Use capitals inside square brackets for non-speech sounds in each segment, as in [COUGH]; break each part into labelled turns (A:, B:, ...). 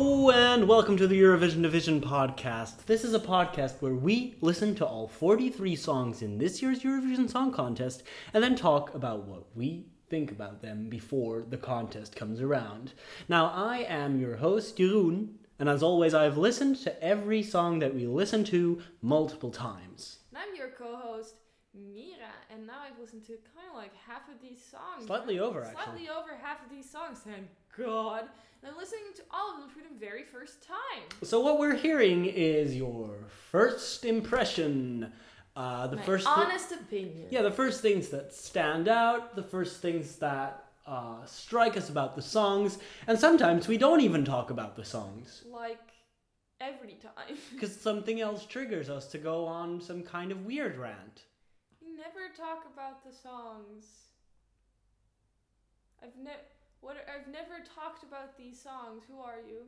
A: and welcome to the Eurovision Division podcast. This is a podcast where we listen to all 43 songs in this year's Eurovision Song Contest and then talk about what we think about them before the contest comes around. Now, I am your host, Jeroen, and as always, I have listened to every song that we listen to multiple times.
B: And I'm your co-host Mira, and now I've listened to kind of like half of these songs.
A: Slightly over,
B: Slightly
A: actually.
B: over half of these songs. Thank God. And I'm listening to all of them for the very first time.
A: So, what we're hearing is your first impression. Uh, the
B: My
A: first. thi-
B: honest opinion.
A: Yeah, the first things that stand out, the first things that uh, strike us about the songs, and sometimes we don't even talk about the songs
B: Like every
A: [LAUGHS]
B: time.
A: because something else triggers us to go on some kind of weird rant.
B: you never talk about the songs. I've never. What are- I've never talked about these songs. Who are you?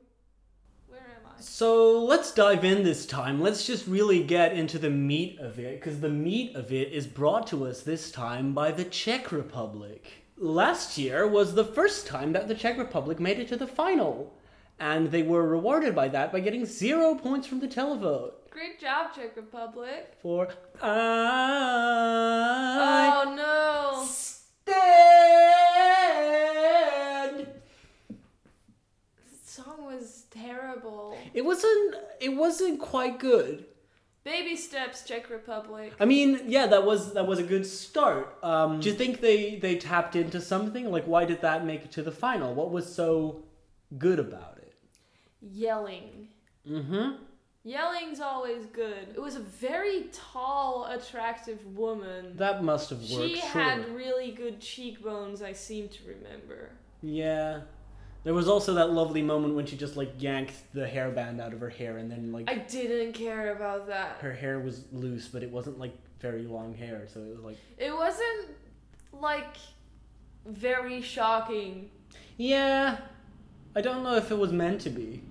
B: Where am I?
A: So let's dive in this time. Let's just really get into the meat of it because the meat of it is brought to us this time by the Czech Republic. Last year was the first time that the Czech Republic made it to the final, and they were rewarded by that by getting zero points from the televote.
B: Great job, Czech Republic.
A: for I
B: oh no!
A: stand.
B: This song was terrible.
A: It wasn't. It wasn't quite good.
B: Baby steps, Czech Republic.
A: I mean, yeah, that was that was a good start. Um, do you think they they tapped into something? Like, why did that make it to the final? What was so good about it?
B: Yelling.
A: Mm-hmm.
B: Yelling's always good. It was a very tall, attractive woman.
A: That must have worked.
B: She
A: surely.
B: had really good cheekbones, I seem to remember.
A: Yeah. There was also that lovely moment when she just like yanked the hairband out of her hair, and then like
B: I didn't care about that.
A: her hair was loose, but it wasn't like very long hair, so it was like
B: It wasn't like very shocking.
A: yeah. I don't know if it was meant to be,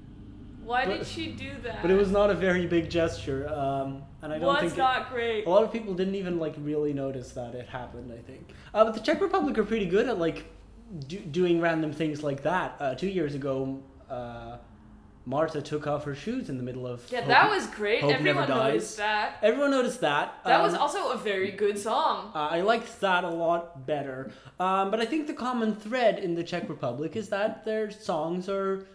B: Why
A: But-
B: did she do that?
A: but it was not a very big gesture, um, and I don't
B: was
A: think it-
B: not great.
A: a lot of people didn't even like really notice that it happened. I think, uh, but the Czech Republic are pretty good at like do- doing random things like that. Uh, two years ago, uh, Marta took off her shoes in the middle of
B: Yeah,
A: Hope-
B: that was great.
A: Hope Never
B: Everyone
A: Dies.
B: noticed that.
A: Everyone noticed that.
B: That
A: um,
B: was also a very good song.
A: Uh, I liked that a lot better. Um, but I think the common thread in the Czech Republic is that their songs are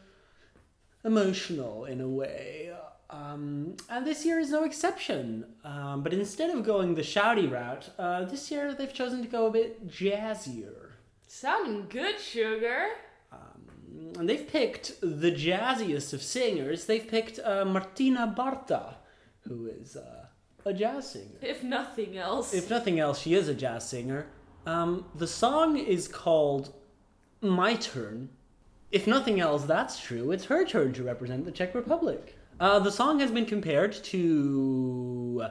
A: emotional in a way. Um, and this year is no exception. Um, but instead of going the shouty route, uh, this year they've chosen to go a bit jazzier.
B: Sounding good, sugar.
A: Um, and they've picked the jazziest of singers. They've picked uh, Martina Barta, who is uh, a jazz singer.
B: If nothing else.
A: If nothing else, she is a jazz singer. Um, the song is called My Turn. If nothing else, that's true. It's her turn to represent the Czech Republic. Uh, the song has been compared to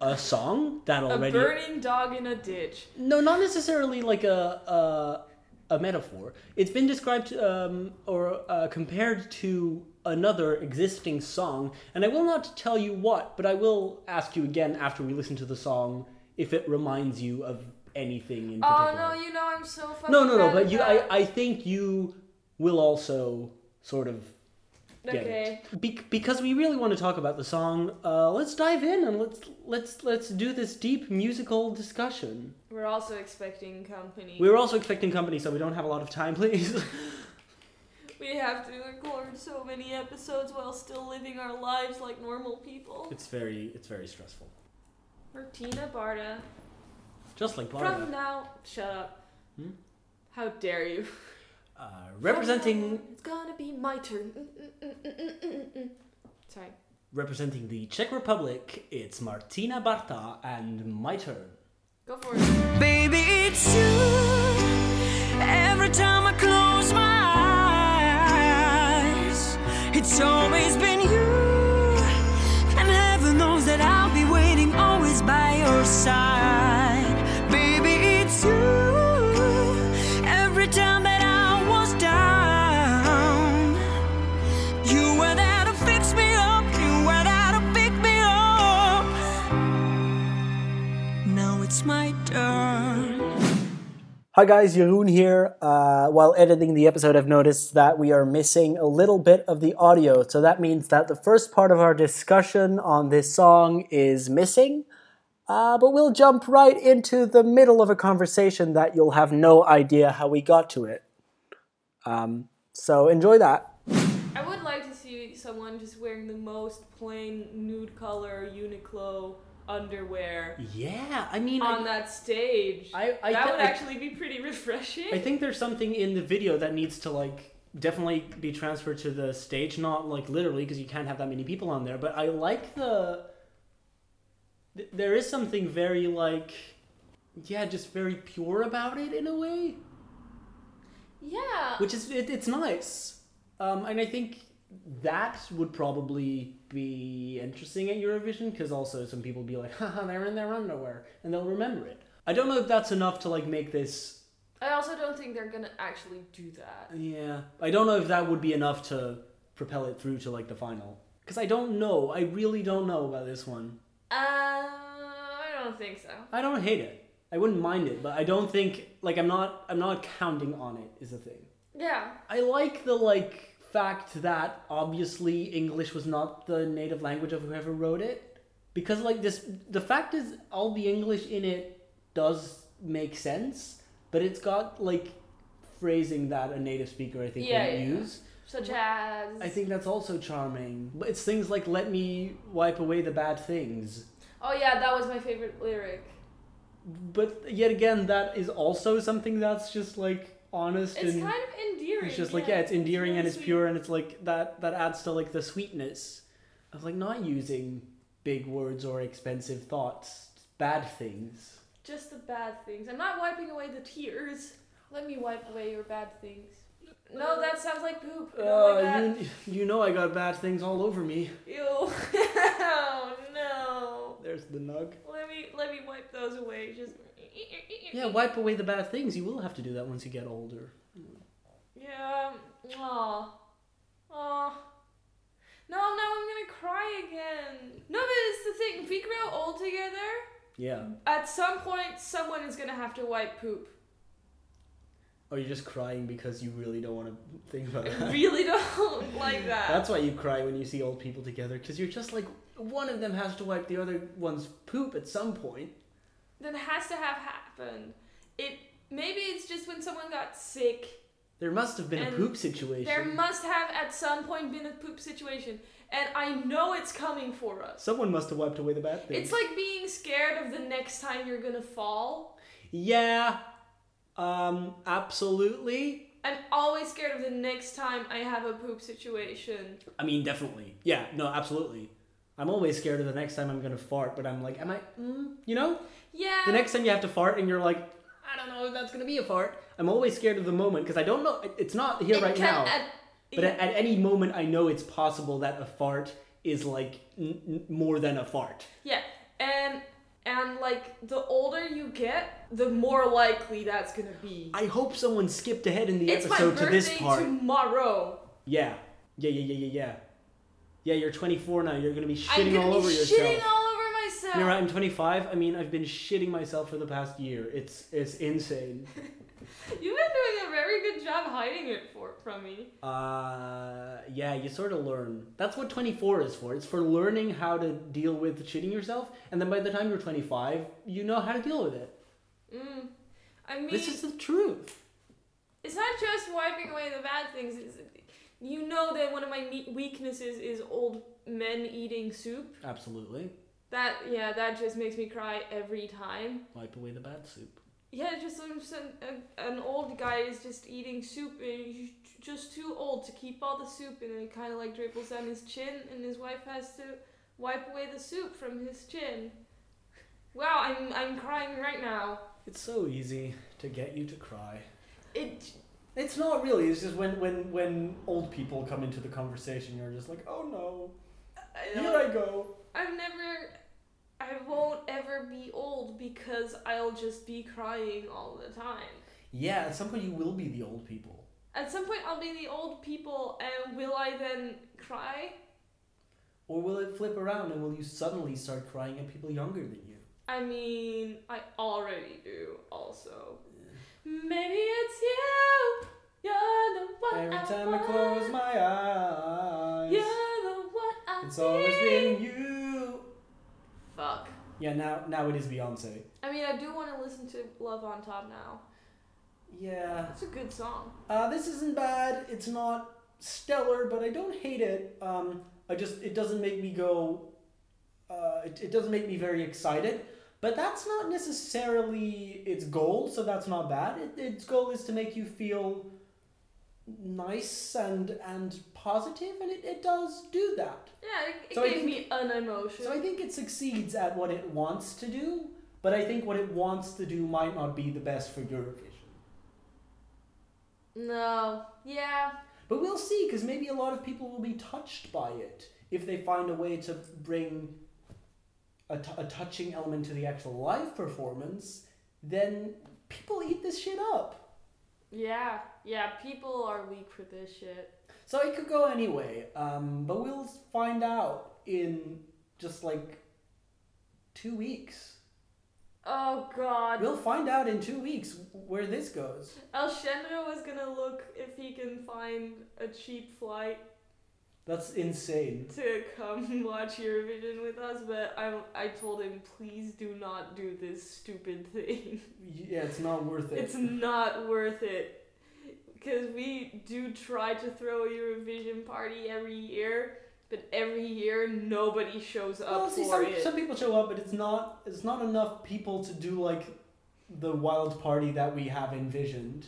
A: a song that
B: a
A: already.
B: burning dog in a ditch.
A: No, not necessarily like a a, a metaphor. It's been described um, or uh, compared to another existing song, and I will not tell you what, but I will ask you again after we listen to the song if it reminds you of anything in
B: Oh
A: particular.
B: no, you know I'm so fucking.
A: no, no, no,
B: bad
A: But
B: at
A: you,
B: that.
A: I, I think you will also sort of. Get
B: okay.
A: It. Be- because we really want to talk about the song, uh, let's dive in and let's let's let's do this deep musical discussion.
B: We're also expecting company.
A: We were also expecting company, so we don't have a lot of time, [LAUGHS] please.
B: we have to record so many episodes while still living our lives like normal people.
A: it's very, it's very stressful.
B: Martina Barta.
A: Just like Barda,
B: From now, shut up.
A: Hmm?
B: How dare you?
A: uh, [LAUGHS] representing
B: From now on, It's gonna be my turn. Mm, mm, mm, mm, mm, mm, mm. Sorry.
A: representing the Czech Republic, it's Martina Barta and my turn.
B: Go for it.
C: Baby, it's you. Every time I close my eyes, it's always been you. And heaven knows that I'll be waiting always by your side. Baby, it's you. Every time that I was down, you were there to fix me up. You were there to pick me up. Now it's my turn.
A: Hi guys, Jeroen here. Uh, while editing the episode, I've noticed that we are missing a little bit of the audio. So that means that the first part of our discussion on this song is missing. Uh, but we'll jump right into the middle of a conversation that you'll have no idea how we got to it. Um, so enjoy that.
B: I would like to see someone just wearing the most plain nude color Uniqlo underwear
A: Yeah, I mean,
B: on that stage.
A: I- I
B: that
A: thi-
B: would
A: I-
B: actually be pretty refreshing.
A: I think there's something in the video that needs to like definitely be transferred to the stage, not like literally because you can't have that many people on there. But I like the. th- There is something very like, yeah, just very pure about it in a way,
B: yeah.
A: which is it, it's nice, um, and I think that would probably be interesting at Eurovision because also some people be like, [LAUGHS] haha, they're in their underwear and they'll remember it. I don't know if that's enough to like make this
B: I also don't think they're gonna actually do that.
A: Yeah, I don't know if that would be enough to propel it through to like the final. Because I don't know. I really don't know about this one.
B: Uh, I don't think so.
A: I don't hate it. I wouldn't mind it, but I don't think like I'm not I'm not counting on it is the thing.
B: Yeah.
A: I like the like fact that obviously English was not the native language of whoever wrote it because like this the fact is all the English in it does make sense, but it's got like phrasing that a native speaker I think
B: Yeah,
A: would
B: yeah.
A: use.
B: Such as.
A: I think that's also charming. But it's things like "Let me wipe away the bad things."
B: Oh yeah, that was my favorite lyric.
A: But yet again, that is also something that's just like honest
B: It's
A: and
B: kind of endearing.
A: it's just like yeah, it's endearing and
B: really
A: it's
B: sweet.
A: pure and it's like that that adds to like the sweetness of like not using big words or expensive thoughts, bad things.
B: Just the bad things. I'm not wiping away the tears. Let me wipe away your bad things. No, that sounds like poop. No, like that.
A: Oh, Uh, you, you know I got bad things all over me.
B: Ew. [LAUGHS] oh no.
A: There's the nug.
B: Let me let me wipe those away. Just
A: Yeah, wipe away the bad things. You will have to do that once you get older.
B: Yeah. Aw. Aw. No, now I'm gonna cry again. No, but it's the thing. If we grow old together,
A: Yeah.
B: at some point someone is gonna have to wipe poop.
A: Or you're just crying because you really don't want to think
B: [LAUGHS]
A: about
B: I
A: that.
B: really don't like that.
A: That's why you cry when you see old people together, because you're just like, one of them has to wipe the other one's poop at some point.
B: that has to have happened. It maybe it's just when someone got sick.
A: There must have been
B: And
A: a poop situation.
B: There must have at some point been a poop situation, and I know it's coming for us.
A: Someone must have wiped away the bad things.
B: It's like being scared of the next time you're gonna fall.
A: yeah, um, absolutely.
B: I'm always scared of the next time I have a poop situation.
A: I mean, definitely. Yeah, no, absolutely. I'm always scared of the next time I'm gonna fart, but I'm like, am I, mm, you know?
B: Yeah.
A: The next time you have to fart and you're like, I don't know if that's gonna be a fart. I'm always scared of the moment, because I don't know, it- it's not here
B: it
A: right
B: can
A: now.
B: at-
A: But at, at any moment, I know it's possible that a fart is like n- n- more than a fart.
B: yeah, and and like the older you get, the more likely that's gonna be.
A: I hope someone skipped ahead in the
B: it's my
A: episode to
B: birthday
A: this part.
B: tomorrow.
A: Yeah. Yeah, yeah, yeah, yeah, yeah. Yeah, you're 24 now. You're going to be
B: I'm
A: shitting
B: gonna
A: all
B: be
A: over
B: shitting
A: yourself.
B: all over myself.
A: You're right, I'm 25. I mean, I've been shitting myself for the past year. It's it's
B: [LAUGHS]
A: insane.
B: You've been doing a very good job hiding it for from me.
A: Uh, yeah, you sort of learn. That's what 24 is for. It's for learning how to deal with shitting yourself, and then by the time you're 25, you know how to deal with it.
B: Mm. I mean,
A: This is the truth.
B: it's not just wiping away the bad things. It's, you know that one of my me- weaknesses is old men eating soup.
A: Absolutely.
B: That yeah, that just makes me cry every time.
A: Wipe away the bad soup.
B: Yeah, just some, some an, an old guy is just eating soup and he's just too old to keep all the soup and it kind of like dribbles down his chin and his wife has to wipe away the soup from his chin. Wow, I'm I'm crying right now.
A: It's so easy to get you to cry.
B: It
A: It's not really. It's just when when when old people come into the conversation, you're just like, oh no,
B: I
A: here I go.
B: I've never I won't ever be old because I'll just be crying all the time.
A: Yeah, at some point you will be the old people.
B: At some point I'll be the old people and will I then cry?
A: Or will it flip around and will you suddenly start crying at people younger than you?
B: I mean, I already do also. Maybe it's you. You're the one
D: Every
B: I
D: time I
B: want.
D: close my eyes,
B: You're the one I
D: it's always
B: need.
D: been you.
B: Fuck.
D: Yeah, now now it is Beyonce.
B: I mean, I do want to listen to Love on Top now.
D: Yeah.
B: That's a good song.
D: Uh, this isn't bad. It's not stellar, but I don't hate it. Um, I just it doesn't make me go. Uh, it, it doesn't make me very excited. But that's not necessarily its goal, so that's not bad. It, its goal is to make you feel nice and and positive, and it, it does do that.
B: Yeah, it, it
D: So I
B: gave
D: think-
B: me an emotion.
D: So I think it succeeds at what it wants to do, but I think what it wants to do might not be the best for Eurovision.
B: no. Yeah.
D: But we'll see, because maybe a lot of people will be touched by it if they find a way to bring a, t- a touching element to the actual live performance. Then people eat this shit up.
B: Yeah. Yeah. People are weak for this shit.
D: So it could go anyway, um, but we'll find out in just like two weeks.
B: Oh god.
D: We'll find out in two weeks where this goes.
B: Elshendro is gonna look if he can find a cheap flight
D: That's insane.
B: to come [LAUGHS] watch Eurovision with us, but I I told him please do not do this stupid thing. [LAUGHS]
D: Yeah, it's not worth it.
B: It's not worth it. Because we do try to throw a Eurovision party every year, but every year nobody shows up
D: Well,
B: for
D: Oh, see, some,
B: it.
D: some people show up, but it's not it's not enough people to do like the wild party that we have envisioned.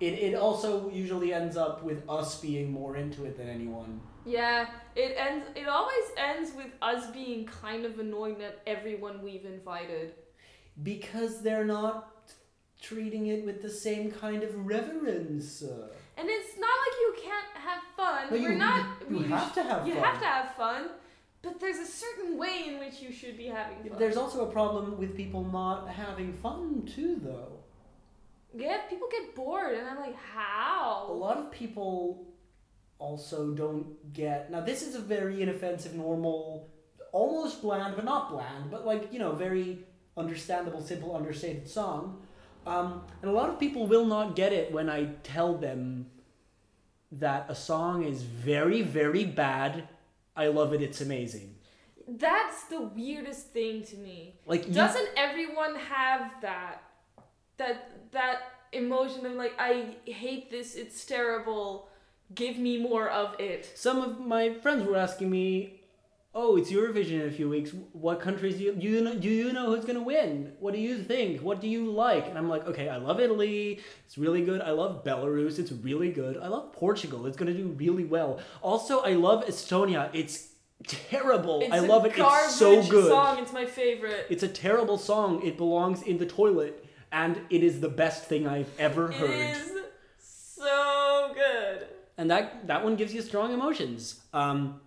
D: It it also usually ends up with us being more into it than anyone.
B: Yeah, it ends. It always ends with us being kind of annoyed at everyone we've invited.
D: Because they're not treating it with the same kind of reverence. uh.
B: And it's not like you can't have fun.
D: No, you-
B: We're not.
D: you- you
B: we
D: have
B: sh-
D: to have
B: you
D: fun.
B: have to have fun, but there's a certain way in which you should be having fun.
D: There's also a problem with people not having fun too though.
B: yeah, people get bored, and I'm like,
D: a
B: how?
D: lot of people also don't get now this is a very inoffensive normal almost bland but not bland but like you know very understandable simple understated song um,
A: And a lot of people will not get it when I tell them that a song is very, very bad. I love it. It's amazing.
B: That's the weirdest thing to me.
A: Like you-
B: Doesn't everyone have that? That that emotion of like, I hate this. It's terrible. Give me more of it.
A: some of my friends were asking me, "Oh, it's Eurovision in a few weeks. What countries do you do you know, do you know who's gonna win? What do you think? What do you like?" And I'm like, "Okay, I love Italy. It's really good. I love Belarus. It's really good. I love Portugal. It's gonna do really well. Also, I love Estonia. It's terrible.
B: It's
A: I
B: a
A: love it. It's so
B: garbage
A: good.
B: Song. It's my favorite.
A: It's a terrible song. It belongs in the toilet, and it is the best thing I've ever
B: It
A: heard."
B: is so good.
A: and that that one gives you strong emotions. Um,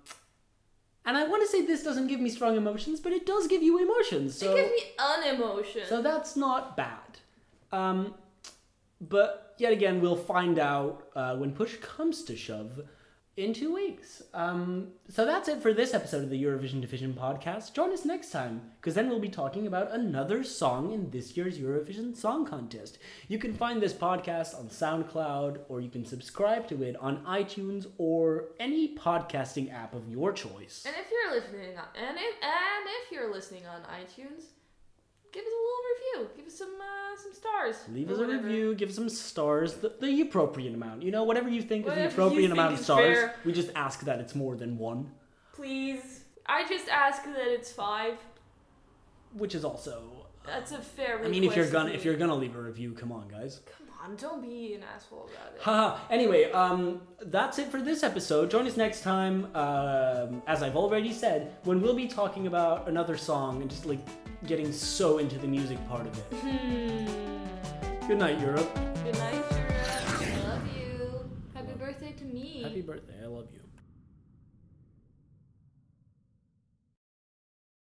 A: and I want to say this doesn't give me strong emotions, but it does give you emotions. So
B: it gives me an emotion.
A: so that's not bad. Um, but yet again, we'll find out uh, when push comes to shove in two weeks. Um, so that's it for this episode of the Eurovision Division podcast. Join us next time, because then we'll be talking about another song in this year's Eurovision Song Contest. You can find this podcast on SoundCloud, or you can subscribe to it on iTunes or any podcasting app of your choice.
B: and if you're listening on and if, and if you're listening on iTunes, give us a little review. Give us some uh, some stars.
A: Leave
B: or
A: us a
B: whatever.
A: review, give us some stars, the, the appropriate amount. You know, whatever you think
B: Whatever you
A: is the appropriate
B: think
A: amount of
B: is
A: stars.
B: fair.
A: We just ask that it's more than one,
B: Please. I just ask that it's five.
A: which is also.
B: That's a fair
A: I mean, if you're
B: request
A: gonna
B: of
A: if
B: me.
A: you're gonna leave a review, come on, guys.
B: Come on, don't be an asshole about it.
A: Haha. Anyway, um, that's it for this episode. Join us next time, um, as I've already said, when we'll be talking about another song and just like getting so into the music part of
B: [LAUGHS]
A: it.
B: Hmm.
A: Good night, Europe.
B: Good night, Shura. I love you. Happy birthday to me.
A: Happy birthday. I love you.